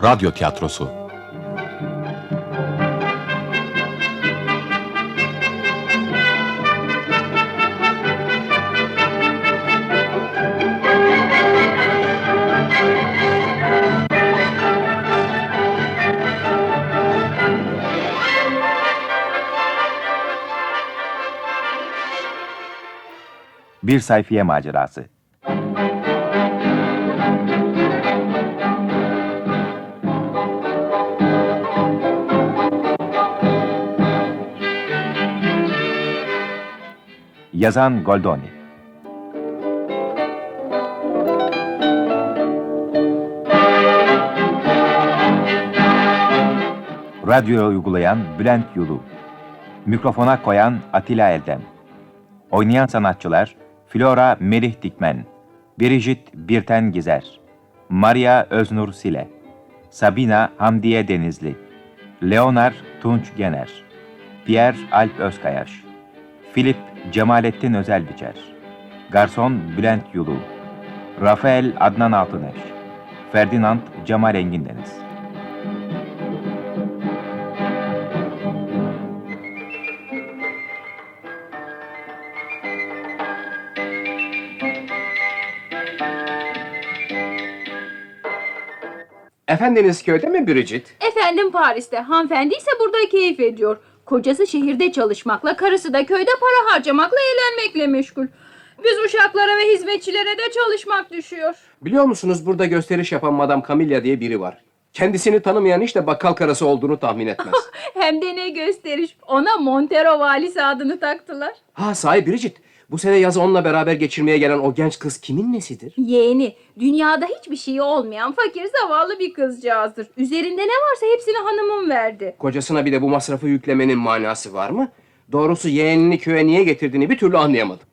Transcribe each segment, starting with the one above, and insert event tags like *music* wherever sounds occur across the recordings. Radyo tiyatrosu. Bir sayfiye macerası. Yazan Goldoni. Radyoya uygulayan Bülent Yulu. Mikrofona koyan Atilla Eldem. Oynayan sanatçılar Flora Melih Dikmen, Biricit Birten Gizer, Maria Öznur Sile, Sabina Hamdiye Denizli, Leonar Tunç Gener, Pierre Alp Özkayaş, Filip Cemalettin Özelbiçer, Garson Bülent Yulu, Rafael Adnan Altıner, Ferdinand Cemal Engin Deniz. Efendiniz köyde mi Bridget? Efendim Paris'te, hanımefendi ise burada keyif ediyor. Kocası şehirde çalışmakla, karısı da köyde para harcamakla, eğlenmekle meşgul. Biz uşaklara ve hizmetçilere de çalışmak düşüyor. Biliyor musunuz burada gösteriş yapan Madame Camilla diye biri var. Kendisini tanımayan hiç de bakkal karası olduğunu tahmin *laughs* etmez. Hem de ne gösteriş. Ona Montero valisi adını taktılar. ha sahi Bridget, bu sene yazı onunla beraber geçirmeye gelen o genç kız kimin nesidir? Yeğeni, dünyada hiçbir şeyi olmayan fakir zavallı bir kızcağızdır. Üzerinde ne varsa hepsini hanımım verdi. Kocasına bir de bu masrafı yüklemenin manası var mı? Doğrusu yeğenini köye niye getirdiğini bir türlü anlayamadım.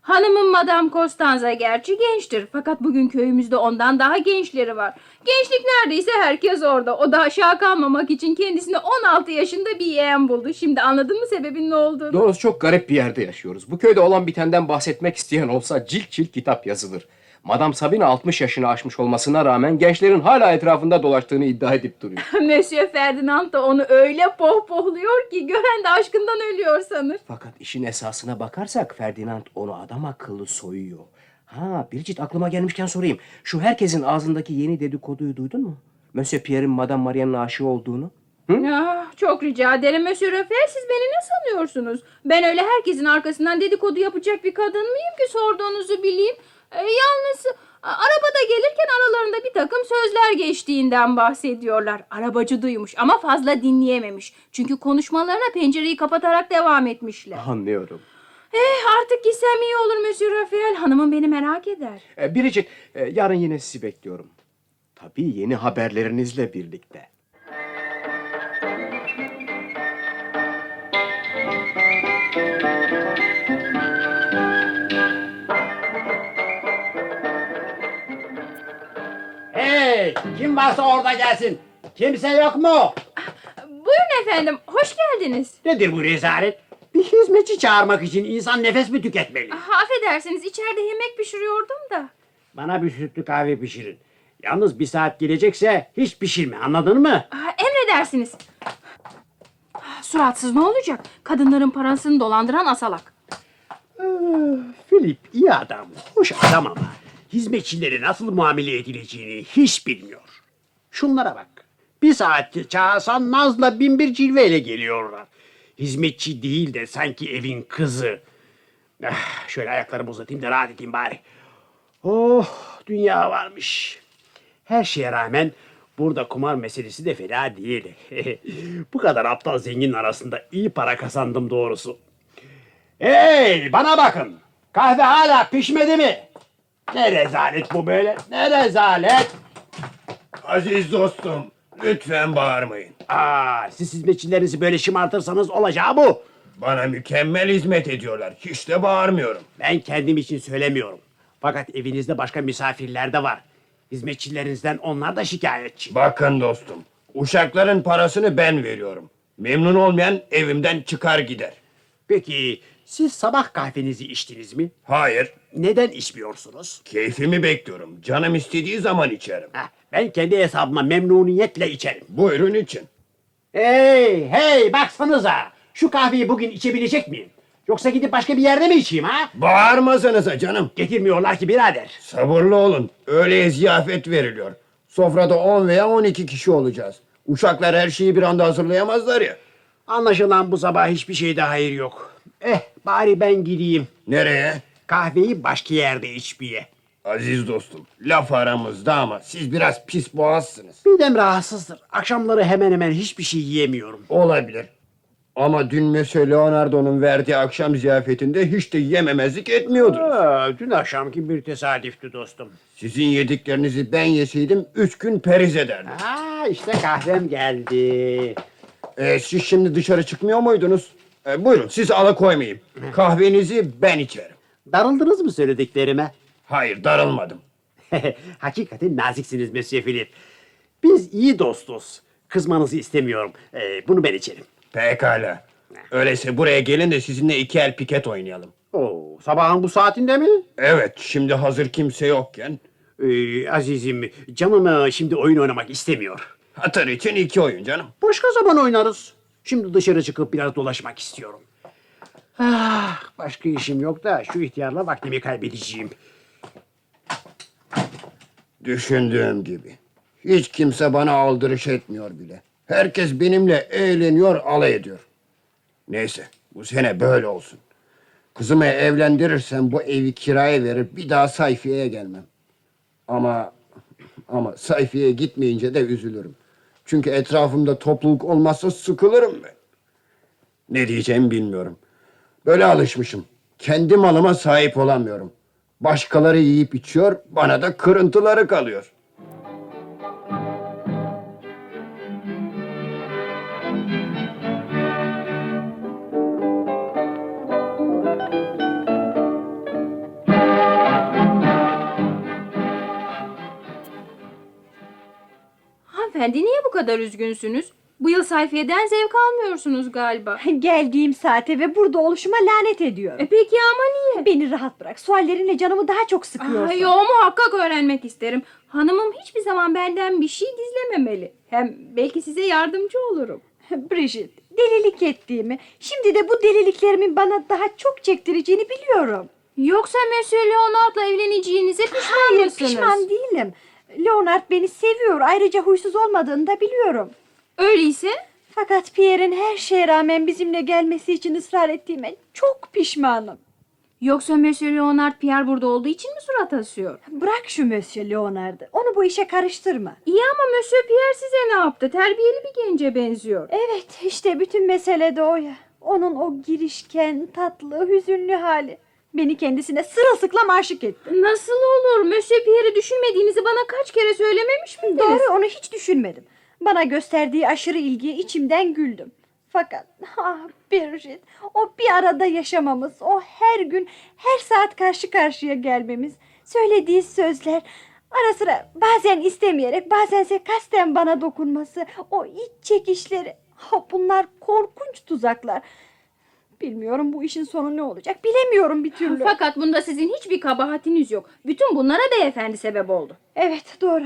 Hanımım Madame Costanza gerçi gençtir. Fakat bugün köyümüzde ondan daha gençleri var. Gençlik neredeyse herkes orada. O da aşağı kalmamak için kendisine 16 yaşında bir yeğen buldu. Şimdi anladın mı sebebin ne olduğunu? Doğrusu çok garip bir yerde yaşıyoruz. Bu köyde olan bitenden bahsetmek isteyen olsa cilt cilt kitap yazılır. Madame Sabine 60 yaşını aşmış olmasına rağmen gençlerin hala etrafında dolaştığını iddia edip duruyor. *laughs* Monsieur Ferdinand da onu öyle pohpohluyor ki gören de aşkından ölüyor sanır. Fakat işin esasına bakarsak Ferdinand onu adam akıllı soyuyor. Ha Biricik aklıma gelmişken sorayım. Şu herkesin ağzındaki yeni dedikoduyu duydun mu? Monsieur Pierre'in Madame Maria'nın aşığı olduğunu. Ah, çok rica ederim Monsieur Rafael siz beni ne sanıyorsunuz? Ben öyle herkesin arkasından dedikodu yapacak bir kadın mıyım ki sorduğunuzu bileyim? E, yalnız a- arabada gelirken aralarında bir takım sözler geçtiğinden bahsediyorlar. Arabacı duymuş ama fazla dinleyememiş. Çünkü konuşmalarına pencereyi kapatarak devam etmişler. Anlıyorum. Eh, artık gitsem iyi olur Monsieur Rafael. Hanımım beni merak eder. E, Biricik e, yarın yine sizi bekliyorum. Tabii yeni haberlerinizle birlikte. Hey! Kim varsa orada gelsin. Kimse yok mu? Buyurun efendim, hoş geldiniz. Nedir bu rezalet? Bir hizmetçi çağırmak için insan nefes mi tüketmeli? Ah, affedersiniz, içeride yemek pişiriyordum da. Bana bir sütlü kahve pişirin. Yalnız bir saat gelecekse hiç pişirme anladın mı? Aa, emredersiniz. Ah, Suratsız ne olacak? Kadınların parasını dolandıran asalak. Filip iyi adam, hoş adam ama hizmetçilere nasıl muamele edileceğini hiç bilmiyor. Şunlara bak. Bir saattir çağırsan nazla bin bir cilveyle geliyorlar. Hizmetçi değil de sanki evin kızı. Ah, şöyle ayaklarımı uzatayım da rahat edeyim bari. Oh dünya varmış. Her şeye rağmen burada kumar meselesi de fena değil. *laughs* Bu kadar aptal zengin arasında iyi para kazandım doğrusu. Hey bana bakın. Kahve hala pişmedi mi? Ne rezalet bu böyle. Ne rezalet. Aziz dostum, lütfen bağırmayın. Aa, siz hizmetçilerinizi böyle şımartırsanız olacağı bu. Bana mükemmel hizmet ediyorlar. Hiç de bağırmıyorum. Ben kendim için söylemiyorum. Fakat evinizde başka misafirler de var. Hizmetçilerinizden onlar da şikayetçi. Bakın dostum, uşakların parasını ben veriyorum. Memnun olmayan evimden çıkar gider. Peki siz sabah kahvenizi içtiniz mi? Hayır, Neden içmiyorsunuz? keyfimi bekliyorum. Canım istediği zaman içerim. Ha, Ah, Ben kendi hesabıma memnuniyetle içerim. Buyurun için. Hey hey baksanıza. Şu kahveyi bugün içebilecek miyim? Yoksa gidip başka bir yerde mi içeyim ha? Bağırmasanıza canım. Getirmiyorlar ki birader. Sabırlı olun. Öğleye ziyafet veriliyor. Sofrada 10 veya 12 kişi olacağız. Uçaklar her şeyi bir anda hazırlayamazlar ya. Anlaşılan bu sabah hiçbir şeyde hayır yok. Eh bari ben gideyim. Nereye? Kahveyi başka yerde içmeye. Aziz dostum, laf aramızda ama siz biraz pis boğazsınız. Midem rahatsızdır. Akşamları hemen hemen hiçbir şey yiyemiyorum. Olabilir. Ama dün mesela Leonardo'nun verdiği akşam ziyafetinde hiç de yememezlik etmiyordunuz. Aa, dün akşamki bir tesadüftü dostum. Sizin yediklerinizi ben yeseydim üç gün periz ederdim. Aa, işte kahvem geldi. Ee, siz şimdi dışarı çıkmıyor muydunuz? Ee, buyurun siz alakoymayayım. Kahvenizi ben içerim. Darıldınız mı söylediklerime? Hayır darılmadım. *laughs* Hakikaten naziksiniz Mesut Filip. Biz iyi dostuz. Kızmanızı istemiyorum. Ee, bunu ben içerim. Pekala. Öyleyse buraya gelin de sizinle iki el piket oynayalım. Oo, sabahın bu saatinde mi? Evet şimdi hazır kimse yokken Ee, azizim, canım e, şimdi oyun oynamak istemiyor. hatır için iki oyun canım. Başka zaman oynarız. Şimdi dışarı çıkıp biraz dolaşmak istiyorum. Ah, başka işim yok da şu ihtiyarla vaktimi kaybedeceğim. Düşündüğüm gibi. Hiç kimse bana aldırış etmiyor bile. Herkes benimle eğleniyor, alay ediyor. Neyse, bu sene böyle olsun. Kızımı evlendirirsem bu evi kiraya verip bir daha sayfiyeye gelmem. Ama ama sayfiyeye gitmeyince de üzülürüm. Çünkü etrafımda topluluk olmazsa sıkılırım ben. Ne diyeceğimi bilmiyorum. Böyle alışmışım. Kendi malıma sahip olamıyorum. Başkaları yiyip içiyor, bana da kırıntıları kalıyor. Hanımefendi niye bu kadar üzgünsünüz? Bu yıl sayfiyeden zevk almıyorsunuz galiba. *laughs* Geldiğim saate ve burada oluşuma lanet ediyorum. E peki ama niye? Beni rahat bırak. Suallerinle canımı daha çok sıkıyorsun. Ay, yo muhakkak öğrenmek isterim. Hanımım hiçbir zaman benden bir şey gizlememeli. Hem belki size yardımcı olurum. Bridget, delilik ettiğimi, şimdi de bu deliliklerimin bana daha çok çektireceğini biliyorum. Yoksa Monsieur Leonard'la evleneceğinize pişman Hayır, mısınız? pişman değilim. Leonard beni seviyor. Ayrıca huysuz olmadığını da biliyorum. Öyleyse Fakat Pierre'in her şeye rağmen bizimle gelmesi için ısrar ettiğime çok pişmanım. yoksa Monsieur Leonard Pierre burada olduğu için mi surat asıyor? Bırak şu Monsieur Leonard'ı. Onu bu işe karıştırma. İyi ama Monsieur Pierre size ne yaptı? Terbiyeli bir gence benziyor. Evet işte bütün mesele de o ya. Onun o girişken, tatlı, hüzünlü hali. Beni kendisine sırılsıklam aşık etti. Nasıl olur? Monsieur Pierre'i düşünmediğinizi bana kaç kere söylememiş miydiniz? Doğru onu hiç düşünmedim. Bana gösterdiği aşırı ilgiye içimden güldüm. Fakat ah Birgit o bir arada yaşamamız, o her gün her saat karşı karşıya gelmemiz, söylediği sözler, ara sıra bazen istemeyerek bazense kasten bana dokunması, o iç çekişleri, ah, bunlar korkunç tuzaklar. Bilmiyorum bu işin sonu ne olacak, bilemiyorum bir türlü. Fakat bunda sizin hiçbir kabahatiniz yok. Bütün bunlara beyefendi sebep oldu. Evet doğru.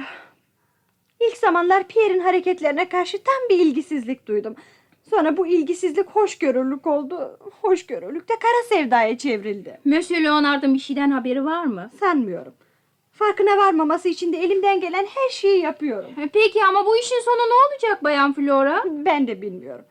İlk zamanlar Pierre'in hareketlerine karşı tam bir ilgisizlik duydum. Sonra bu ilgisizlik hoşgörülük oldu. Hoşgörülük de kara sevdaya çevrildi. Monsieur Leonard'ın bir şeyden haberi var mı? Sanmıyorum. Farkına varmaması için de elimden gelen her şeyi yapıyorum. E, Peki ama bu işin sonu ne olacak Bayan Flora? Ben de bilmiyorum.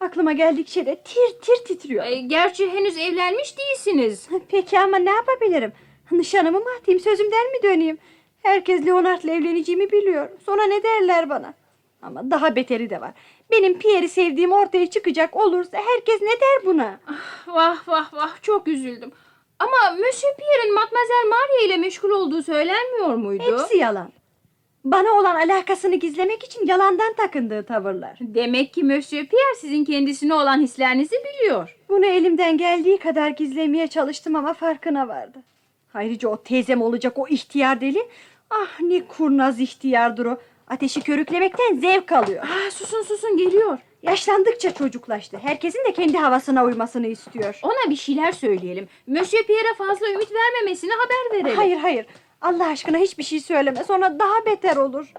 Aklıma geldikçe de tir tir titriyorum. E, Gerçi henüz evlenmiş değilsiniz. Peki ama ne yapabilirim? Nişanımı mı atayım, sözümden mi döneyim? Herkes Leonard'la evleneceğimi biliyor. Sonra ne derler bana? Ama daha beteri de var. Benim Pierre'i sevdiğim ortaya çıkacak olursa herkes ne der buna? Vah vah vah çok üzüldüm. Ama Monsieur Pierre'in Mademoiselle Maria ile meşgul olduğu söylenmiyor muydu? Hepsi yalan. Bana olan alakasını Hani gizlemek için yalandan takındığı tavırlar. Demek ki Monsieur Pierre sizin kendisine olan hislerinizi biliyor. Bunu elimden geldiği kadar gizlemeye çalıştım ama farkına vardı. Ayrıca o teyzem olacak o ihtiyar deli. Ah ne kurnaz ihtiyardır o. Ateşi körüklemekten zevk alıyor. Aa, susun susun geliyor. Yaşlandıkça çocuklaştı. Herkesin de kendi havasına uymasını istiyor. Ona bir şeyler söyleyelim. Monsieur Pierre'e fazla ümit vermemesine haber verelim. Hayır hayır. Allah aşkına hiçbir şey söyleme. Sonra daha beter olur.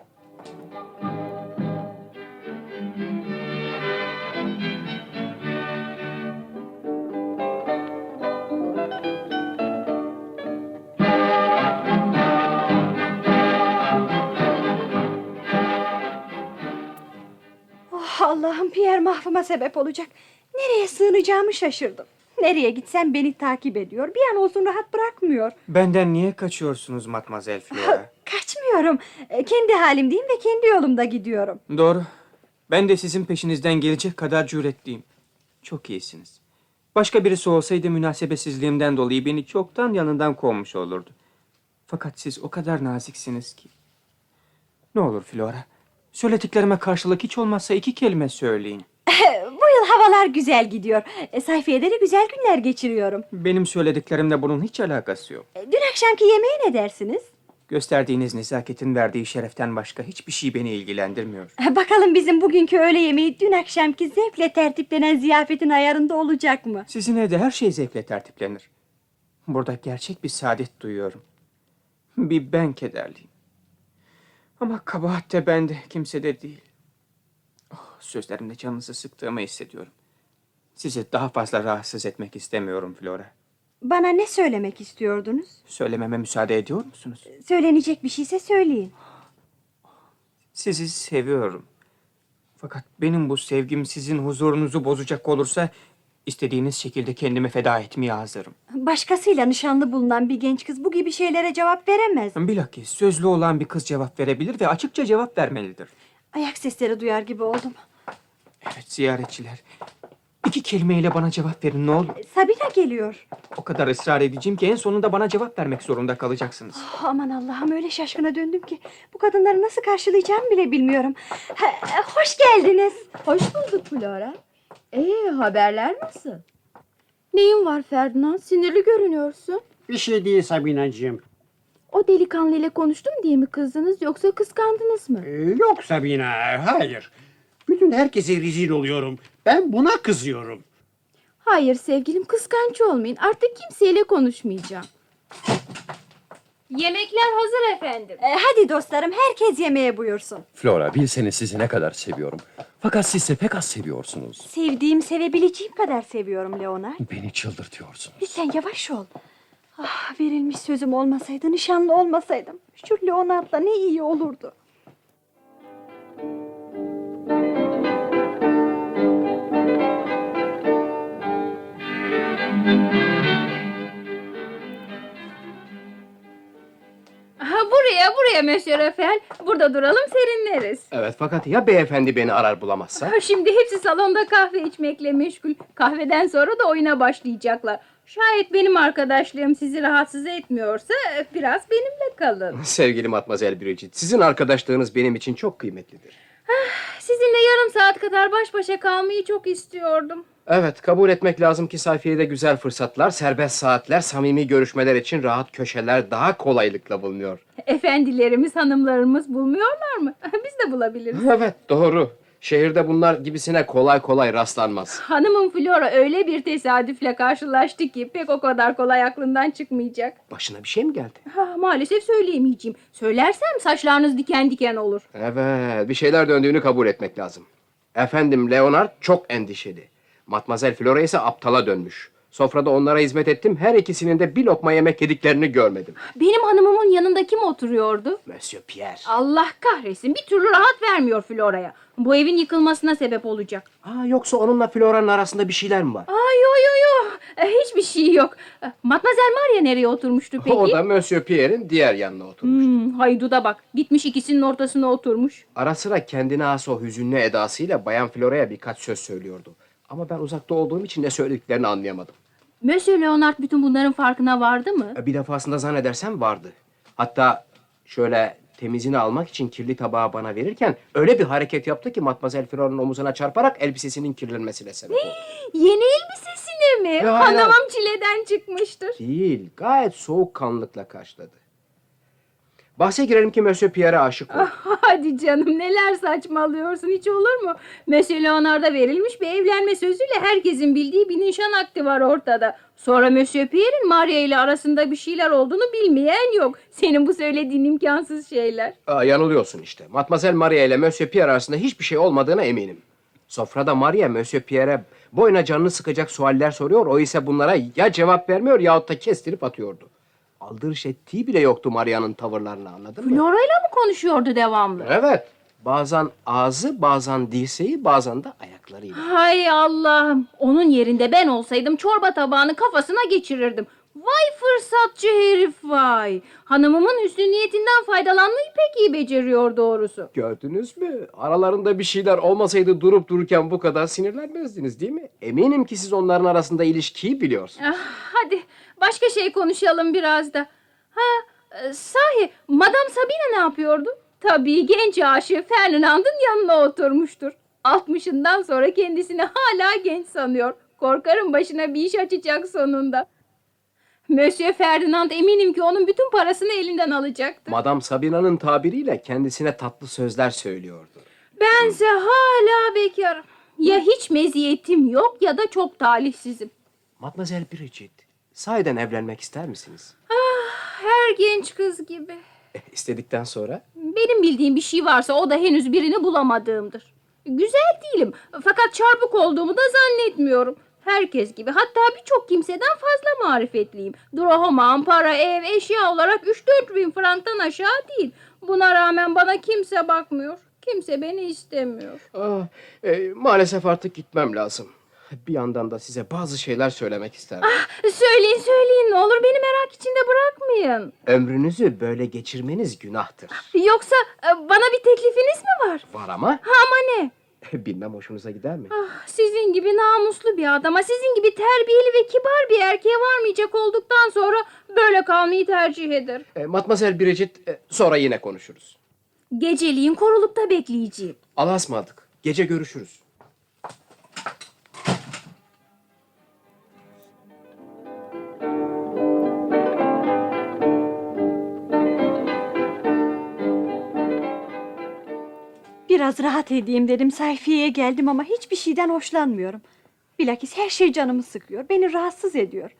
Oh Allah'ım Pierre mahvıma sebep olacak. Nereye sığınacağımı şaşırdım. Nereye gitsem beni takip ediyor. Bir an olsun rahat bırakmıyor. Benden niye kaçıyorsunuz Matmazel Flora? Kaçmıyorum. E, Kendi halimdeyim ve kendi yolumda gidiyorum. *laughs* Doğru. Ben de sizin peşinizden gelecek kadar cüretliyim. Çok iyisiniz. Başka birisi olsaydı münasebetsizliğimden dolayı beni çoktan yanından kovmuş olurdu. Fakat siz o kadar naziksiniz ki. Ne olur Flora, söylediklerime karşılık hiç olmazsa iki kelime söyleyin. E, Bu yıl havalar güzel gidiyor. E, Sayfiyede de güzel günler geçiriyorum. Benim söylediklerimle bunun hiç alakası yok. E, Dün akşamki yemeğe ne dersiniz? Gösterdiğiniz nezaketin verdiği şereften başka hiçbir şey beni ilgilendirmiyor. E, Bakalım bizim bugünkü öğle yemeği dün akşamki zevkle tertiplenen ziyafetin ayarında olacak mı? Sizin evde her şey zevkle tertiplenir. Burada gerçek bir saadet duyuyorum. Bir ben kederliyim. Ama kabahat de bende, kimsede değil. Oh, sözlerimle canınızı sıktığımı hissediyorum. Sizi daha fazla rahatsız etmek istemiyorum Flora. Bana ne söylemek istiyordunuz? Söylememe müsaade ediyor musunuz? Söylenecek bir şeyse söyleyin. Sizi seviyorum. Fakat benim bu sevgim sizin huzurunuzu bozacak olursa istediğiniz şekilde kendimi feda etmeye hazırım. Başkasıyla nişanlı bulunan bir genç kız bu gibi şeylere cevap veremez. Bilakis sözlü olan bir kız cevap verebilir ve açıkça cevap vermelidir. Ayak sesleri duyar gibi oldum. Evet ziyaretçiler. İki kelimeyle bana cevap verin ne olur. Sabina geliyor. O kadar ısrar edeceğim ki en sonunda bana cevap vermek zorunda kalacaksınız. Oh, aman Allah'ım öyle şaşkına döndüm ki bu kadınları nasıl karşılayacağımı bile bilmiyorum. Ha, ha, hoş geldiniz. Hoş bulduk Flora. Ee haberler nasıl? Neyin var Ferdinand? Sinirli görünüyorsun. Bir şey değil Sabinacığım. O delikanlı ile konuştum diye mi kızdınız yoksa kıskandınız mı? Ee, yok Sabina, hayır. Bütün herkese rezil oluyorum. Ben buna kızıyorum. Hayır sevgilim kıskanç olmayın. Artık kimseyle konuşmayacağım. Yemekler hazır efendim. E, hadi dostlarım herkes yemeğe buyursun. Flora bilseniz sizi ne kadar seviyorum. Fakat siz de pek az seviyorsunuz. Sevdiğim, sevebileceğim kadar seviyorum Leonard. Beni çıldırtıyorsunuz. Lütfen yavaş ol. Ah, verilmiş sözüm olmasaydı, nişanlı olmasaydım. Şu Leonard'la ne iyi olurdu. Aha, buraya buraya Monsieur Rafael. Burada duralım serinleriz. Evet fakat ya beyefendi beni arar bulamazsa? Ha, Şimdi hepsi salonda kahve içmekle meşgul. Kahveden sonra da oyuna başlayacaklar. Şayet benim arkadaşlığım sizi rahatsız etmiyorsa e, biraz benimle kalın. Sevgili Matmazel Bridget, sizin arkadaşlığınız benim için çok kıymetlidir. Sizinle yarım saat kadar baş başa kalmayı çok istiyordum. Evet, kabul etmek lazım ki sayfiyede güzel fırsatlar, serbest saatler, samimi görüşmeler için rahat köşeler daha kolaylıkla bulunuyor. Efendilerimiz, hanımlarımız bulmuyorlar mı? *laughs* Biz de bulabiliriz. Evet, doğru. Şehirde bunlar gibisine kolay kolay rastlanmaz. Hanımın Flora öyle bir tesadüfle karşılaştı ki pek o kadar kolay aklından çıkmayacak. Başına bir şey mi geldi? Ha, maalesef söyleyemeyeceğim. Söylersem saçlarınız diken diken olur. Evet, bir şeyler döndüğünü kabul etmek lazım. Efendim Leonard çok endişeli. Matmazel Flora ise aptala dönmüş. Sofrada onlara hizmet ettim. Her ikisinin de bir lokma yemek yediklerini görmedim. Benim hanımımın yanında kim oturuyordu? Monsieur Pierre. Allah kahretsin bir türlü rahat vermiyor Flora'ya. Bu evin yıkılmasına sebep olacak. Aa, yoksa onunla Flora'nın arasında bir şeyler mi var? Ay yo yo yo E, hiçbir şey yok. E, Matmazel Maria nereye oturmuştu peki? O da Monsieur Pierre'in diğer yanına oturmuş. Hmm, hayduda bak gitmiş ikisinin ortasına oturmuş. Ara sıra kendine has o hüzünlü edasıyla Bayan Flora'ya birkaç söz söylüyordu. Ama ben uzakta olduğum için ne söylediklerini anlayamadım. Monsieur Leonard bütün bunların farkına vardı mı? E, Bir defasında zannedersem vardı. Hatta şöyle temizini almak için kirli tabağı bana verirken öyle bir hareket yaptı ki Matmazel Flora'nın omuzuna çarparak elbisesinin kirlenmesine sebep oldu. Yeni elbisesine mi? Ya, hayır, Hanımım çileden çıkmıştır. Değil, gayet soğukkanlılıkla karşıladı. Bahse girelim ki Monsieur Pierre'e Ah, aşık oldu. Hadi canım neler saçmalıyorsun hiç olur mu? Monsieur Leonard'a verilmiş bir evlenme sözüyle herkesin bildiği bir nişan akti var ortada. Sonra Monsieur Pierre'in Maria ile arasında bir şeyler olduğunu bilmeyen yok. Senin bu söylediğin imkansız şeyler. Aa, yanılıyorsun işte. Matmazel Maria ile Monsieur Pierre arasında hiçbir şey olmadığına eminim. Sofrada Maria Monsieur Pierre'e boyuna canını sıkacak sualler soruyor. O ise bunlara ya cevap vermiyor yahut da kestirip atıyordu. Aldırış ettiği bile yoktu Maria'nın tavırlarını anladın mı? Flora ile mi konuşuyordu devamlı? Evet. Bazen ağzı, bazen dirseği, bazen de ayaklarıyla. Hay Allah'ım. Onun yerinde ben olsaydım çorba tabağını kafasına geçirirdim. Vay fırsatçı herif vay. Hanımımın hüsnü niyetinden faydalanmayı pek iyi beceriyor doğrusu. Gördünüz mü? Aralarında bir şeyler olmasaydı durup dururken bu kadar sinirlenmezdiniz değil mi? Eminim ki siz onların arasında ilişkiyi biliyorsunuz. Ah, hadi başka şey konuşalım biraz da. Ha, e, sahi Madame Sabine ne yapıyordu? Tabii genç aşığı Ferdinand'ın yanına oturmuştur. 60'ından sonra kendisini hala genç sanıyor. Korkarım başına bir iş açacak sonunda. Monsieur Ferdinand eminim ki onun bütün parasını elinden alacaktı. Madame Sabina'nın tabiriyle kendisine tatlı sözler söylüyordu. Bense hala bekarım. Ya hiç meziyetim yok ya da çok talihsizim. Mademoiselle Bridget, sahiden evlenmek ister misiniz? Ah, Her genç kız gibi. Eh, İstedikten sonra? Benim bildiğim bir şey varsa o da henüz birini bulamadığımdır. Güzel değilim fakat çarpık olduğumu da zannetmiyorum. Herkes gibi hatta birçok kimseden fazla marifetliyim. Drohoman, para, ev, eşya olarak 3-4 bin franktan aşağı değil. Buna rağmen bana kimse bakmıyor. Kimse beni istemiyor. Ah, eh, maalesef artık gitmem lazım. Bir yandan da size bazı şeyler söylemek isterim. Söyleyin söyleyin ne olur beni merak içinde bırakmayın. Ömrünüzü böyle geçirmeniz günahtır. Yoksa e, bana bir teklifiniz mi var? Var ama eh, Ama ne? bilmem hoşunuza gider mi? Ah, Sizin gibi namuslu bir adama, sizin gibi terbiyeli ve kibar bir erkeğe varmayacak olduktan sonra böyle kalmayı tercih eder. Eh, Mademoiselle Bridget, eh, sonra yine konuşuruz. Geceliğin korulukta bekleyeceğim. Allah'a ısmarladık. Gece görüşürüz. Biraz rahat edeyim dedim. Sayfiye'ye geldim ama hiçbir şeyden hoşlanmıyorum. Bilakis her şey canımı sıkıyor. Beni rahatsız ediyor.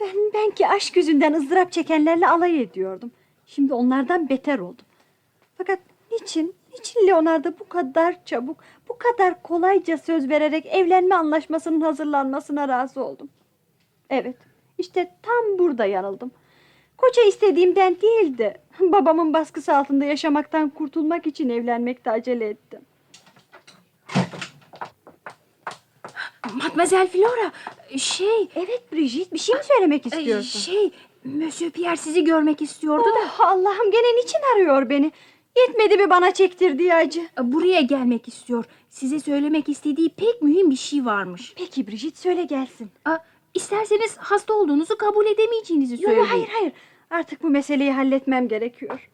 Ben, ben ki aşk yüzünden ızdırap çekenlerle alay ediyordum. Şimdi onlardan beter oldum. Fakat niçin, niçin Leonardo bu kadar çabuk, bu kadar kolayca söz vererek evlenme anlaşmasının hazırlanmasına razı oldum? Evet, işte tam burada yanıldım. Koca istediğimden değildi. Babamın baskısı altında yaşamaktan kurtulmak için evlenmekte acele ettim. Matmazel Flora, şey... Evet Brigitte bir şey mi söylemek e, istiyorsun? Şey, Monsieur Pierre sizi görmek istiyordu da Oh, Allah'ım gene niçin arıyor beni? Yetmedi mi bana çektirdiği acı? e, buraya gelmek istiyor. Size söylemek istediği pek mühim bir şey varmış. Peki Brigitte söyle gelsin. Aa, isterseniz hasta olduğunuzu kabul edemeyeceğinizi Yok söyleyin. hayır hayır. Artık bu meseleyi halletmem gerekiyor.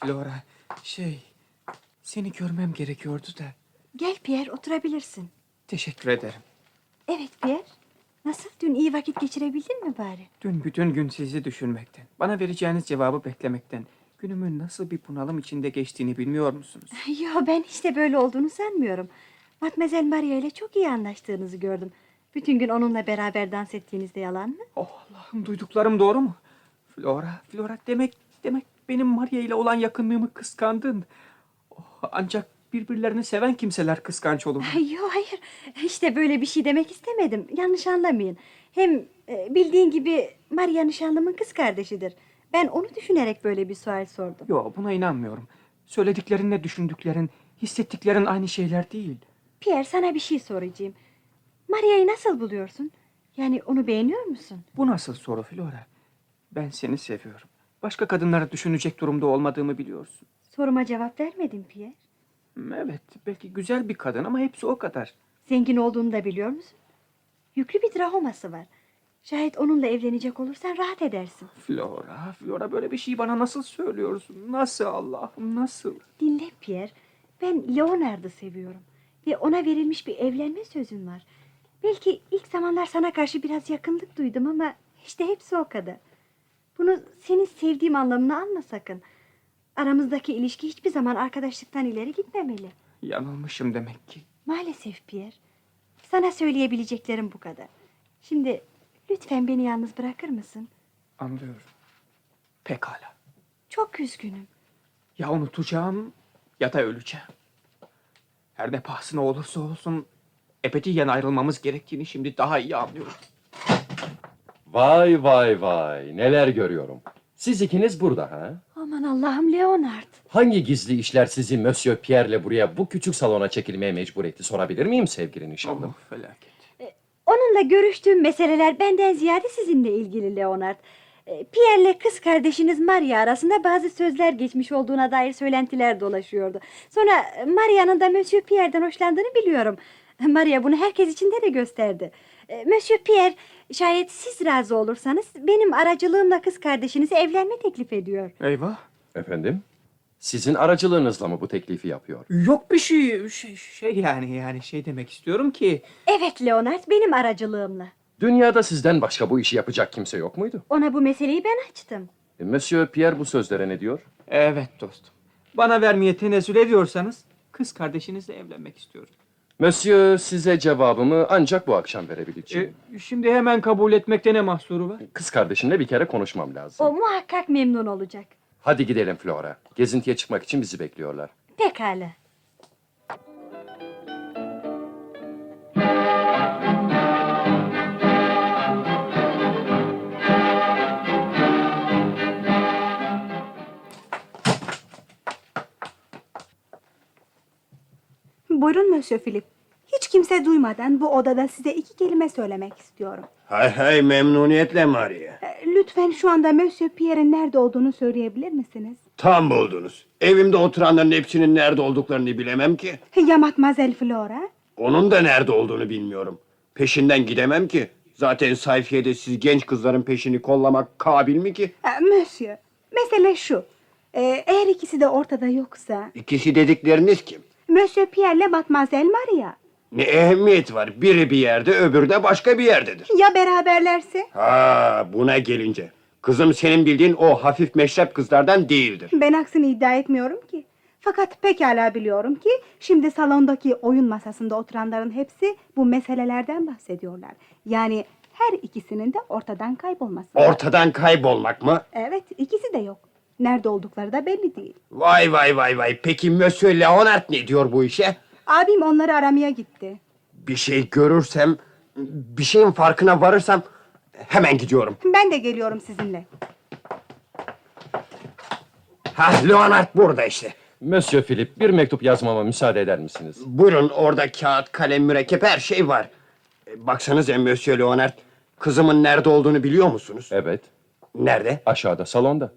Flora, şey... Seni görmem gerekiyordu da. Gel Pierre oturabilirsin. Teşekkür ederim. Evet Pierre. Nasıl dün iyi vakit geçirebildin mi bari? Dün bütün gün sizi düşünmekten, bana vereceğiniz cevabı beklemekten, günümün nasıl bir bunalım içinde geçtiğini bilmiyor musunuz? *laughs* Yo ben hiç de böyle olduğunu sanmıyorum. Matmazel Maria ile çok iyi anlaştığınızı gördüm. Bütün gün onunla beraber dans ettiğinizde yalan mı? *laughs* Oh Allah'ım duyduklarım doğru mu? Flora, Flora demek demek benim Maria ile olan yakınlığımı kıskandın. Oh, ancak birbirlerini seven kimseler kıskanç olur. Ay, Yo hayır işte böyle bir şey demek istemedim. Yanlış anlamayın. Hem e, bildiğin gibi Maria nişanlımın kız kardeşidir. Ben onu düşünerek böyle bir sual sordum. Yo buna inanmıyorum. Söylediklerinle düşündüklerin, hissettiklerin aynı şeyler değil. Pierre sana bir şey soracağım. Maria'yı nasıl buluyorsun? Yani onu beğeniyor musun? Bu nasıl soru Flora? Ben seni seviyorum. Başka kadınları düşünecek durumda olmadığımı biliyorsun. Soruma cevap vermedin Pierre. Hmm, Evet, belki güzel bir kadın ama hepsi o kadar. Zengin olduğunu da biliyor musun? Yüklü bir drahoması var. Şayet onunla evlenecek olursan rahat edersin. Flora, Flora böyle bir şey bana nasıl söylüyorsun? Nasıl Allah'ım, nasıl? Dinle Pierre. Ben Leonard'ı seviyorum. Ve ona verilmiş bir evlenme sözüm var. Belki ilk zamanlar sana karşı biraz yakınlık duydum ama işte hepsi o kadar. Bunu seni sevdiğim anlamına alma sakın. Aramızdaki ilişki hiçbir zaman arkadaşlıktan ileri gitmemeli. Yanılmışım demek ki. Maalesef Pierre. Sana söyleyebileceklerim bu kadar. Şimdi lütfen beni yalnız bırakır mısın? Anlıyorum. Pekala. Çok üzgünüm. Ya unutacağım ya da öleceğim. Her ne pahasına olursa olsun ebediyen ayrılmamız gerektiğini şimdi daha iyi anlıyorum. Vay vay vay neler görüyorum. Siz ikiniz burada ha? Aman Allah'ım Leonard. Hangi gizli işler sizi Monsieur Pierre'le buraya bu küçük salona çekilmeye mecbur etti sorabilir miyim sevgili nişanlım? Allah felaket. Onunla görüştüğüm meseleler benden ziyade sizinle ilgili Leonard. E, Pierre'le kız kardeşiniz Maria arasında bazı sözler geçmiş olduğuna dair söylentiler dolaşıyordu. Sonra e, Maria'nın da Monsieur Pierre'den hoşlandığını biliyorum. E, Maria bunu herkes içinde de gösterdi. E, Monsieur Pierre şayet siz razı olursanız benim aracılığımla kız kardeşinize evlenme teklif ediyor. Eyvah. Efendim? Sizin aracılığınızla mı bu teklifi yapıyor? Yok bir şey, şey, şey yani yani şey demek istiyorum ki Evet Leonard benim aracılığımla. Dünyada sizden başka bu işi yapacak kimse yok muydu? Ona bu meseleyi ben açtım. E, Monsieur Pierre bu sözlere ne diyor? evet dostum. Bana vermeye tenezzül ediyorsanız kız kardeşinizle evlenmek istiyorum. Monsieur size cevabımı ancak bu akşam verebileceğim. E, şimdi hemen kabul etmekte ne mahsuru var? E, Kız kardeşimle bir kere konuşmam lazım. O muhakkak memnun olacak. Hadi gidelim Flora. Gezintiye çıkmak için bizi bekliyorlar. Pekala. Buyurun Mösyö Filip. Hiç kimse duymadan bu odada size iki kelime söylemek istiyorum. Hay hay memnuniyetle Maria. Ee, Lütfen şu anda Mösyö Pierre'in nerede olduğunu söyleyebilir misiniz? Tam buldunuz. Evimde oturanların hepsinin nerede olduklarını bilemem ki. Ya Matmazel Flora? Onun da nerede olduğunu bilmiyorum. Peşinden gidemem ki. Zaten sayfiyede siz genç kızların peşini kollamak kabil mi ki? Ee, Mösyö, mesele şu. Ee, Eğer ikisi de ortada yoksa... İkisi dedikleriniz kim? Mösyö Pierre ile Matmazel Maria. Ne ehemmiyet var? Biri bir yerde öbürü de başka bir yerdedir. Ya beraberlerse? Ha buna gelince. Kızım senin bildiğin o hafif meşrep kızlardan değildir. Ben aksini iddia etmiyorum ki. Fakat pekala biliyorum ki şimdi salondaki oyun masasında oturanların hepsi bu meselelerden bahsediyorlar. Yani her ikisinin de ortadan kaybolması. var. Ortadan kaybolmak mı? Evet, ikisi de yok. Nerede oldukları da belli değil. Vay vay vay vay. Peki Monsieur Leonard ne diyor bu işe? Abim onları aramaya gitti. Bir şey görürsem, bir şeyin farkına varırsam hemen gidiyorum. Ben de geliyorum sizinle. Ha Leonard burada işte. Monsieur Philip bir mektup yazmama müsaade eder misiniz? Buyurun orada kağıt, kalem, mürekkep her şey var. E, Baksanıza Monsieur Leonard. Kızımın nerede olduğunu biliyor musunuz? Evet. Nerede? Aşağıda salonda.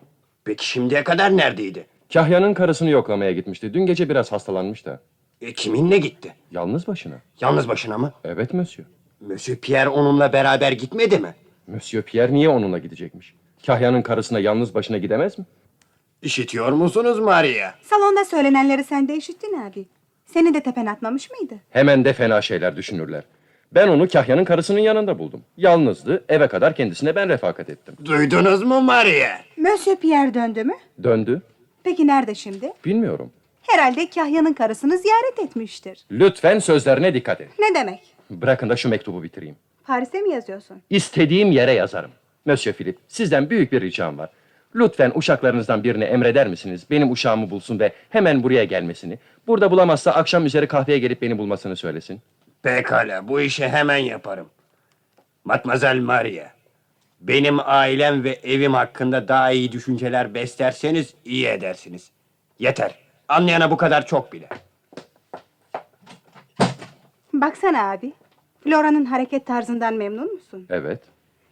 Peki şimdiye kadar neredeydi? Kahya'nın karısını yoklamaya gitmişti. Dün gece biraz hastalanmış da. E, kiminle gitti? Yalnız başına. Yalnız başına mı? Evet Monsieur. Monsieur Pierre onunla beraber gitmedi mi? Monsieur Pierre niye onunla gidecekmiş? Kahya'nın karısına yalnız başına gidemez mi? İşitiyor musunuz Maria? Salonda söylenenleri sen de işittin abi. Seni de tepen atmamış mıydı? Hemen de fena şeyler düşünürler. Ben onu Kahya'nın karısının yanında buldum. Yalnızdı, eve kadar kendisine ben refakat ettim. Duydunuz mu Maria? Monsieur Pierre döndü mü? Döndü, Peki nerede şimdi? bilmiyorum. Herhalde Kahya'nın karısını ziyaret etmiştir. Lütfen sözlerine dikkat edin. Ne demek? Bırakın da şu mektubu bitireyim. Paris'e mi yazıyorsun? İstediğim yere yazarım. Monsieur Philip, sizden büyük bir ricam var. Lütfen uşaklarınızdan birine emreder misiniz? Benim uşağımı bulsun ve hemen buraya gelmesini. Burada bulamazsa akşam üzeri kahveye gelip beni bulmasını söylesin. Pekala bu işi hemen yaparım. Matmazel Maria, benim ailem ve evim hakkında daha iyi düşünceler beslerseniz iyi edersiniz. Yeter. Anlayana bu kadar çok bile. Baksana abi. Flora'nın hareket tarzından memnun musun? Evet,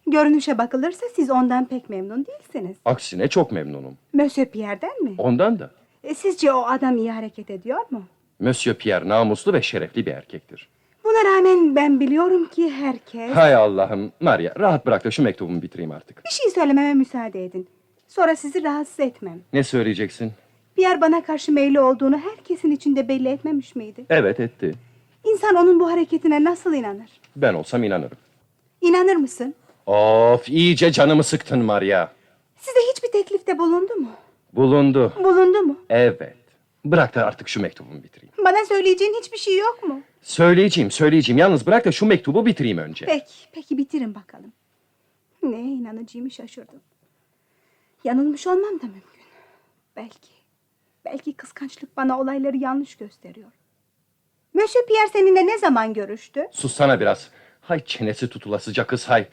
Görünüşe bakılırsa siz ondan pek memnun değilsiniz. aksine çok memnunum. Monsieur Pierre'den mi? Ondan da. E, Sizce o adam iyi hareket ediyor mu? Monsieur Pierre namuslu ve şerefli bir erkektir. Buna rağmen ben biliyorum ki herkes... Hay Allah'ım. Maria rahat bırak da şu mektubumu bitireyim artık. Bir şey söylememe müsaade edin. Sonra sizi rahatsız etmem. Ne söyleyeceksin? Pierre bana karşı meyli olduğunu herkesin içinde belli etmemiş miydi? Evet etti. İnsan onun bu hareketine nasıl inanır? Ben olsam inanırım. İnanır mısın? Of iyice canımı sıktın Maria. Size hiçbir teklifte bulundu mu? Bulundu. Bulundu mu? Evet. Bırak da artık şu mektubumu bitireyim. Bana söyleyeceğin hiçbir şey yok mu? Söyleyeceğim, söyleyeceğim. Yalnız bırak da şu mektubu bitireyim önce. Peki, peki bitirin bakalım. Neye inanacağımı şaşırdım. Yanılmış olmam da mümkün. Belki, belki kıskançlık bana olayları yanlış gösteriyor. Monsieur Pierre seninle ne zaman görüştü? Sussana biraz. Hay çenesi tutulasıca kız hay.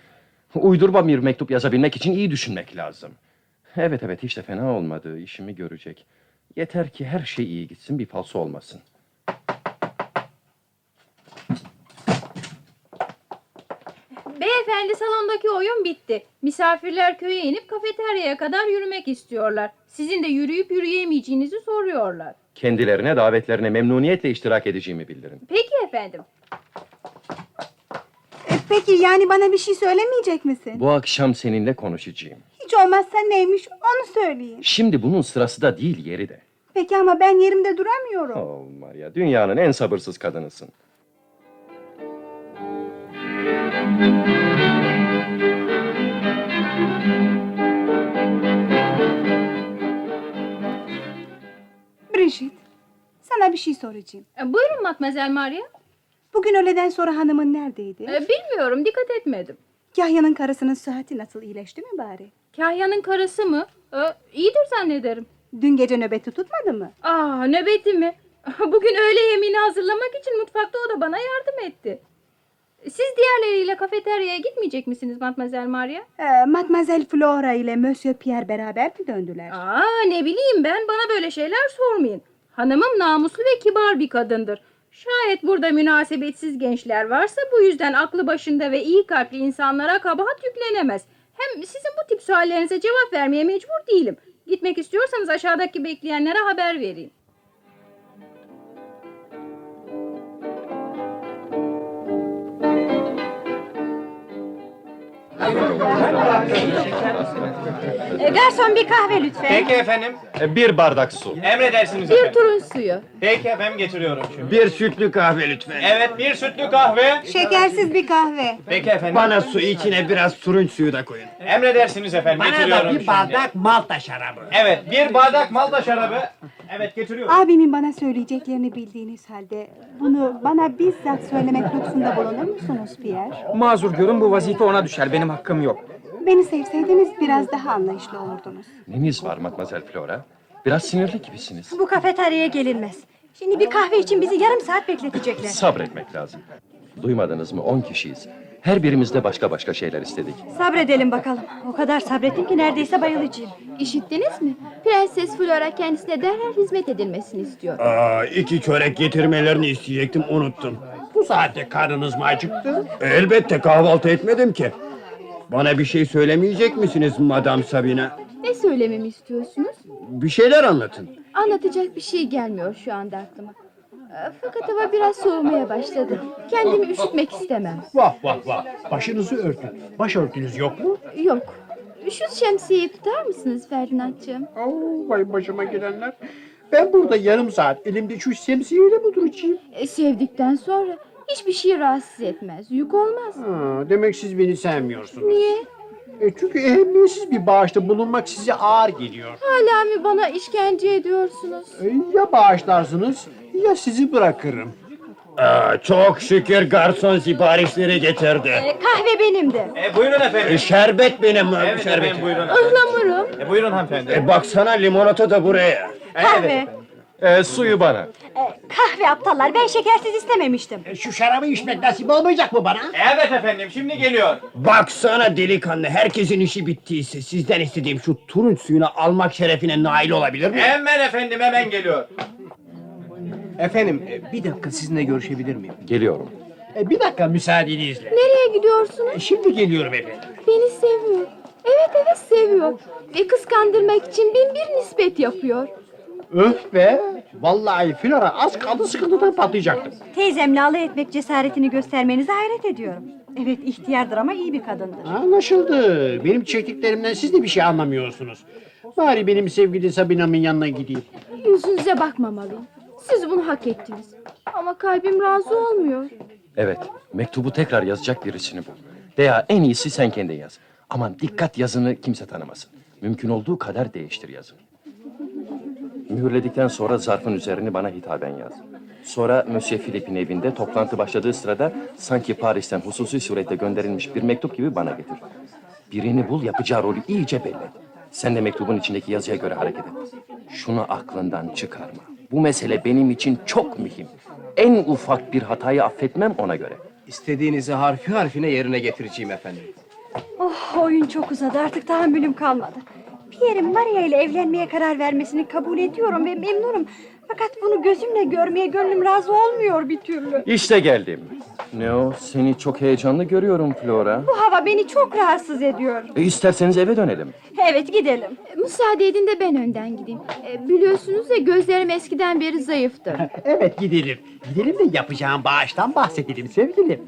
Uydurma bir mektup yazabilmek için iyi düşünmek lazım. Evet evet hiç de fena olmadı. İşimi görecek. Yeter ki her şey iyi gitsin bir falso olmasın. Beyefendi salondaki oyun bitti. Misafirler köye inip kafeteryaya kadar yürümek istiyorlar. Sizin de yürüyüp yürüyemeyeceğinizi soruyorlar. Kendilerine davetlerine memnuniyetle iştirak edeceğimi bildirin. Peki efendim. E, peki yani bana bir şey söylemeyecek misin? Bu akşam seninle konuşacağım. Hiç olmazsa neymiş onu söyleyin. Şimdi bunun sırası da değil yeri de. Peki ama ben yerimde duramıyorum. Oh Maria dünyanın en sabırsız kadınısın. Brigitte, sana bir şey soracağım. E, Buyurun Matmazel Maria. Bugün öğleden sonra hanımın neredeydi? E, Bilmiyorum dikkat etmedim. Kahya'nın karısının sıhhati nasıl iyileşti mi bari? Kahya'nın karısı mı? E, İyidir zannederim. Dün gece nöbeti tutmadı mı? Aa nöbeti mi? *laughs* Bugün öğle yemeğini hazırlamak için mutfakta o da bana yardım etti. Siz diğerleriyle kafeteryaya gitmeyecek misiniz Matmazel Maria? Ee, Mademoiselle Flora ile Monsieur Pierre beraber mi döndüler? Aa ne bileyim ben bana böyle şeyler sormayın. Hanımım namuslu ve kibar bir kadındır. Şayet burada münasebetsiz gençler varsa bu yüzden aklı başında ve iyi kalpli insanlara kabahat yüklenemez. Hem sizin bu tip suallerinize cevap vermeye mecbur değilim. Gitmek istiyorsanız aşağıdaki bekleyenlere haber verin. E, garson bir kahve lütfen. Peki efendim. Bir bardak su. Emredersiniz Bir efendim. turun suyu. Peki efendim getiriyorum şimdi. Bir sütlü kahve lütfen. Evet bir sütlü kahve. Şekersiz bir kahve. Peki efendim. Bana su içine biraz turunç suyu da koyun. Emredersiniz efendim. getiriyorum şimdi. malta şarabı. Evet bir bardak malta şarabı. Evet getiriyorum. Abimin bana söyleyeceklerini bildiğiniz halde bunu bana bizzat söylemek lütfunda bulunur musunuz Pierre? Mazur görün bu vazife ona düşer. Benim hakkım yok. Beni sevseydiniz biraz daha anlayışlı olurdunuz. Neniz var Matmazel Flora? Biraz sinirli gibisiniz. Bu kafeteryaya gelinmez. Şimdi bir kahve için bizi yarım saat bekletecekler. Sabretmek lazım. Duymadınız mı? On kişiyiz. Her birimiz de başka başka şeyler istedik. Sabredelim bakalım. O kadar sabrettim ki neredeyse bayılacağım. İşittiniz mi? Prenses Flora kendisine derhal hizmet edilmesini istiyor. Aa, iki çörek getirmelerini isteyecektim unuttum. Bu saatte karnınız mı acıktı? Elbette kahvaltı etmedim ki. Bana bir şey söylemeyecek misiniz Madam Sabine? Ne söylememi istiyorsunuz? Bir şeyler anlatın. Anlatacak bir şey gelmiyor şu anda aklıma. Ee, Fakat hava biraz soğumaya başladı. Kendimi üşütmek istemem. Ah, Vah vah vah. Başınızı örtün. Başörtünüz yok mu? Yok. Şu şemsiyeyi tutar mısınız Ferdinandcığım? Oo, vay başıma gelenler. Ben burada yarım saat elimde şu şemsiyeyle mi duracağım? Ee, Sevdikten sonra hiçbir şey rahatsız etmez. Yük olmaz. Ha, demek siz beni sevmiyorsunuz. Niye? E, çünkü ehemmiyetsiz bir bağışta bulunmak size ağır geliyor. Hala mı bana işkence ediyorsunuz? E, ya bağışlarsınız ya sizi bırakırım. Aa, çok şükür garson siparişleri getirdi. E, kahve benim de. E, buyurun efendim. E, şerbet benim evet, Evet efendim şerbet. buyurun. Ihlamurum. E, buyurun hanımefendi. E, E, baksana limonata da buraya. Kahve. Ee, suyu bana. E, kahve aptallar. Ben şekersiz istememiştim. E, şu şarabı içmek nasip olmayacak mı bana? Evet efendim şimdi geliyor. Baksana delikanlı herkesin işi bittiyse sizden istediğim şu turunç suyunu almak şerefine nail olabilir mi? Hemen efendim hemen geliyor. Efendim e, bir dakika sizinle görüşebilir miyim? Geliyorum. E, bir dakika müsaadenizle. Nereye gidiyorsunuz? E, şimdi geliyorum efendim. Beni seviyor. Evet evet seviyor. Ve kıskandırmak için bin bir nispet yapıyor. Öf be. Vallahi Flora az kaldı sıkıntıdan patlayacaktım. Teyzemle alay etmek cesaretini göstermenize hayret ediyorum. Evet ihtiyardır ama iyi bir kadındır. Anlaşıldı. Benim çektiklerimden siz de bir şey anlamıyorsunuz. Bari benim sevgili Sabina'mın yanına gideyim. Yüzünüze bakmamalıyım. Siz bunu hak ettiniz. Ama kalbim razı olmuyor. Evet, mektubu tekrar yazacak birisini bul. Veya en iyisi sen kendin yaz. Aman dikkat yazını kimse tanımasın. Mümkün olduğu kadar değiştir yazını. Mühürledikten sonra zarfın üzerini bana hitaben yaz. Sonra Monsieur Philippe'in evinde toplantı başladığı sırada sanki Paris'ten hususi surette gönderilmiş bir mektup gibi bana getir. Birini bul yapacağı rolü iyice belli. et. Sen de mektubun içindeki yazıya göre hareket et. Şunu aklından çıkarma. Bu mesele benim için çok mühim. En ufak bir hatayı affetmem ona göre. İstediğinizi harfi harfine yerine getireceğim efendim. Oh, oyun çok uzadı artık tahammülüm kalmadı. Pierre'in Maria ile evlenmeye karar vermesini kabul ediyorum ve memnunum. Fakat bunu gözümle görmeye gönlüm razı olmuyor bir türlü. İşte geldim. Ne o? Seni çok heyecanlı görüyorum Flora. Bu hava beni çok rahatsız ediyor. E, isterseniz eve dönelim. Evet gidelim. E, Müsaade edin de ben önden gideyim. E, biliyorsunuz ya gözlerim eskiden beri zayıftı. Evet gidelim. Gidelim de yapacağım bağıştan bahsedelim sevgilim.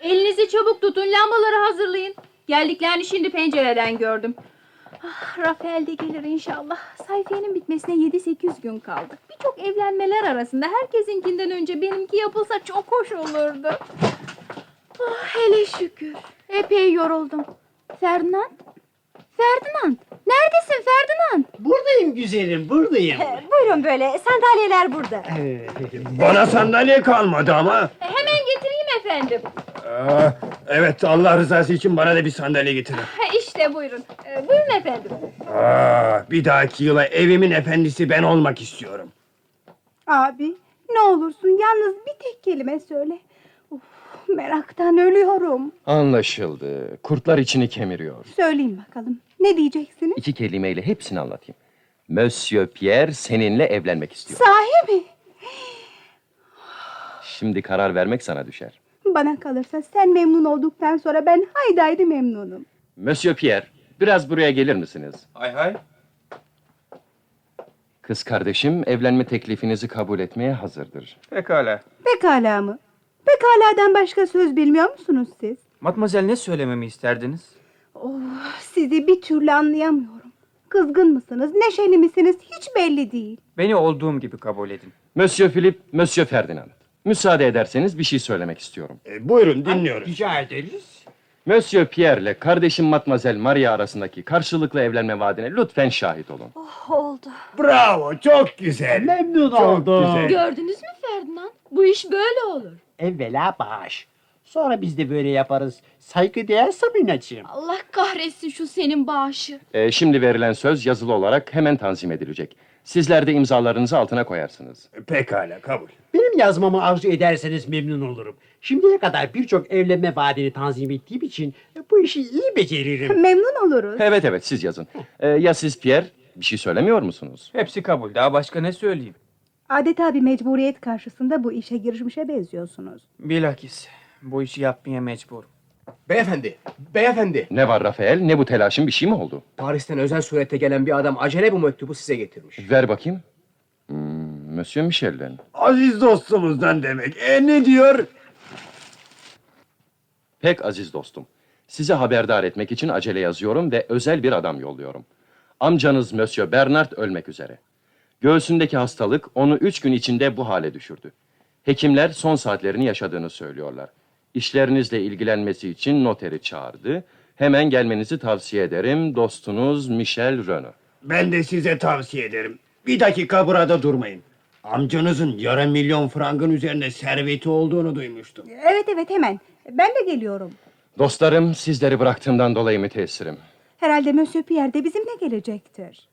Elinizi çabuk tutun, lambaları hazırlayın. Geldiklerini şimdi pencereden gördüm. Ah, Rafael de gelir inşallah. Sayfiyenin bitmesine 7-8 gün kaldı. Birçok evlenmeler arasında herkesinkinden önce benimki yapılsa çok hoş olurdu. Ah, hele şükür. Epey yoruldum. Ferdinand? Ferdinand! Neredesin Ferdinand? Buradayım güzelim, buradayım. Buyurun böyle sandalyeler burada. Bana sandalye kalmadı ama. Hemen getireyim efendim. Aa, evet Allah rızası için bana da bir sandalye getirin. Ha, İşte buyurun. Ee, Buyurun efendim. Aa, bir dahaki yıla evimin efendisi ben olmak istiyorum. Abi ne olursun yalnız bir tek kelime söyle. Of, meraktan ölüyorum. Anlaşıldı. Kurtlar içini kemiriyor. Söyleyin bakalım ne diyeceksiniz? İki kelimeyle hepsini anlatayım. Monsieur Pierre seninle evlenmek istiyor. Sahi mi? Şimdi karar vermek sana düşer. Bana kalırsa sen memnun olduktan sonra ben haydaydı memnunum. Monsieur Pierre, biraz buraya gelir misiniz? Hay hay. Kız kardeşim evlenme teklifinizi kabul etmeye hazırdır. Pekala. Pekala mı? Pekala'dan başka söz bilmiyor musunuz siz? Matmazel ne söylememi isterdiniz? Oh, sizi bir türlü anlayamıyorum. Kızgın mısınız, neşeli misiniz hiç belli değil. Beni olduğum gibi kabul edin. Monsieur Philip, Monsieur Ferdinand. Müsaade ederseniz bir şey söylemek istiyorum. E, buyurun dinliyorum. Rica ederiz. Monsieur Pierre ile kardeşim Matmazel Maria arasındaki karşılıklı evlenme vaadine lütfen şahit olun. Oh, oldu. Bravo çok güzel. Memnun Çok oldum. güzel. Gördünüz mü Ferdinand? Bu iş böyle olur. Evvela bağış. Sonra biz de böyle yaparız. Saygıdeğer Sabinacığım. Allah kahretsin şu senin bağışı. Ee, şimdi verilen söz yazılı olarak hemen tanzim edilecek. Sizler de imzalarınızı altına koyarsınız. E, Pekala kabul. Benim yazmamı arzu ederseniz memnun olurum. Şimdiye kadar birçok evlenme vaadini tanzim ettiğim için bu işi iyi beceririm. Memnun oluruz. Evet evet siz yazın. Ee, ya siz Pierre bir şey söylemiyor musunuz? Hepsi kabul. Daha başka ne söyleyeyim? Adeta bir mecburiyet karşısında bu işe girişmişe benziyorsunuz. Bilakis bu işi yapmaya mecburum. Beyefendi, beyefendi. Ne var Rafael ne bu telaşın bir şey mi oldu? Paris'ten özel surette gelen bir adam acele bu mektubu size getirmiş. Ver bakayım. Hmm, Monsieur Michel'den. Aziz dostumuzdan demek. E ne diyor? Pek aziz dostum. Sizi haberdar etmek için acele yazıyorum ve özel bir adam yolluyorum. Amcanız Monsieur Bernard ölmek üzere. Göğsündeki hastalık onu üç gün içinde bu hale düşürdü. Hekimler son saatlerini yaşadığını söylüyorlar. İşlerinizle ilgilenmesi için noteri çağırdı. Hemen gelmenizi tavsiye ederim. Dostunuz Michel Renaud. Ben de size tavsiye ederim. Bir dakika burada durmayın. Amcanızın yarım milyon frangın üzerinde serveti olduğunu duymuştum. Evet evet hemen. Ben de geliyorum. Dostlarım sizleri bıraktığımdan dolayı müteessirim. Herhalde Monsieur Pierre de bizimle gelecektir.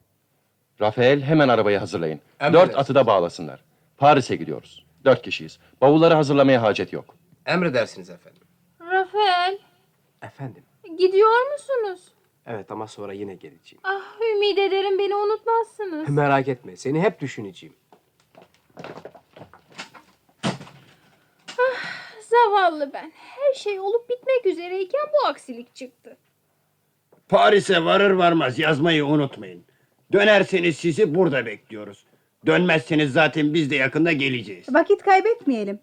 Rafael hemen arabayı hazırlayın. Emredersiniz. Dört atı da bağlasınlar. Paris'e gidiyoruz. Dört kişiyiz. Bavulları hazırlamaya hacet yok. Emredersiniz efendim. Rafael, Efendim. gidiyor musunuz? Evet ama sonra yine geleceğim. Ah, ümit ederim beni unutmazsınız. Merak etme, seni hep düşüneceğim. Ah, Zavallı ben. Her şey olup bitmek üzereyken bu aksilik çıktı. Paris'e varır varmaz yazmayı unutmayın. Dönerseniz sizi burada bekliyoruz. Dönmezseniz zaten biz de yakında geleceğiz. Vakit kaybetmeyelim.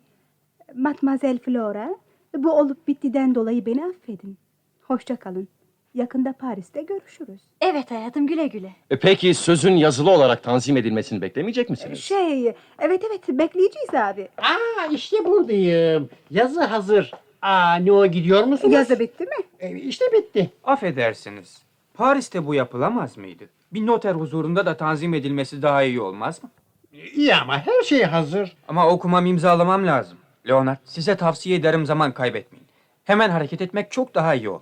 Matmazel Flora, bu olup bittiden dolayı beni affedin. Hoşça kalın. Yakında Paris'te görüşürüz. Evet hayatım güle güle. E peki sözün yazılı olarak tanzim edilmesini beklemeyecek misiniz? Şey, evet evet bekleyeceğiz abi. Aa işte buradayım. Yazı hazır. Aa ne o gidiyor musunuz? E, Yazı bitti mi? işte bitti. Affedersiniz. Paris'te bu yapılamaz mıydı? Bir noter huzurunda da tanzim edilmesi daha iyi olmaz mı? İyi ama her şey hazır. Ama okumam imzalamam lazım. Leonard size tavsiye ederim zaman kaybetmeyin. Hemen hareket etmek çok daha iyi olur.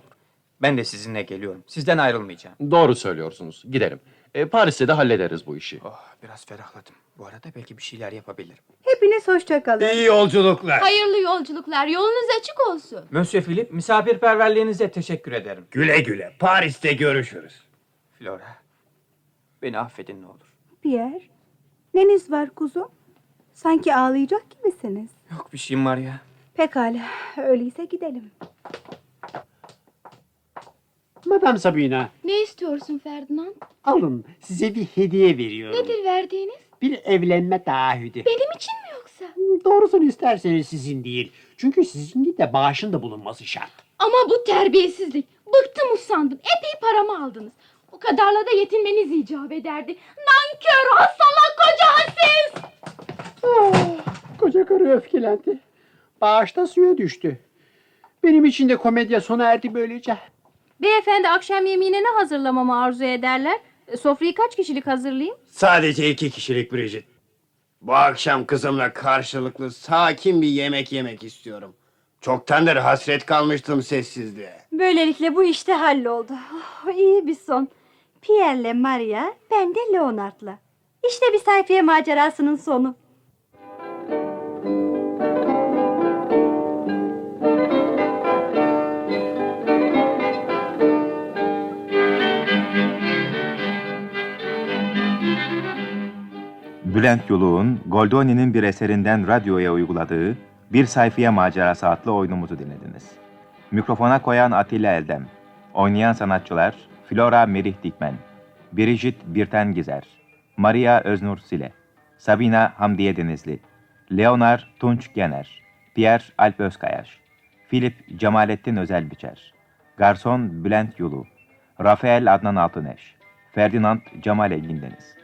Ben de sizinle geliyorum. Sizden ayrılmayacağım. Doğru söylüyorsunuz. Gidelim. E, Paris'te de hallederiz bu işi. Oh, Biraz ferahladım. Bu arada belki bir şeyler yapabilirim. Hepiniz hoşça kalın. İyi yolculuklar. Hayırlı yolculuklar. Yolunuz açık olsun. Monsieur Philip misafirperverliğinize teşekkür ederim. Güle güle. Paris'te görüşürüz. Flora beni affedin ne olur. Pierre, neniz var kuzum? Sanki ağlayacak gibisiniz. Yok bir şeyim var ya. Pekala, öyleyse gidelim. Madam Sabina Ne istiyorsun Ferdinand? alın size bir hediye veriyorum. Nedir verdiğiniz? Bir evlenme taahhüdü. Benim için mi yoksa? Doğrusunu isterseniz sizin değil. Çünkü sizinki de bağışın da bulunması şart. Ama bu terbiyesizlik. Bıktım usandım. Epey paramı aldınız. O kadarla da yetinmeniz icap ederdi. Nankör hastalık koca siz. Ah, Koca karı öfkelendi. Bağışta suya düştü. Benim için de komedya sona erdi böylece. Beyefendi akşam yemeğine ne hazırlamamı arzu ederler? E, Sofrayı kaç kişilik hazırlayayım? Sadece iki kişilik Bridget. Bu akşam kızımla karşılıklı sakin bir yemek yemek istiyorum. Çoktandır hasret kalmıştım sessizliğe. Böylelikle bu işte halloldu. Oh, iyi bir son. Pierre'le Maria, ben de Leonard'la. İşte bir sayfiye macerasının sonu. Bülent Yuluğ'un Goldoni'nin bir eserinden radyoya uyguladığı Bir Sayfiye Macerası adlı oyunumuzu dinlediniz. Mikrofona koyan Atilla Eldem, oynayan sanatçılar Flora Merih Dikmen, Biricit Birten Gizer, Maria Öznur Sile, Sabina Hamdiye Denizli, Leonar Tunç Gener, Pierre Alp Özkayaş, Filip Cemalettin Özel Biçer, Garson Bülent Yulu, Rafael Adnan Altıneş, Ferdinand Cemal Engin Deniz.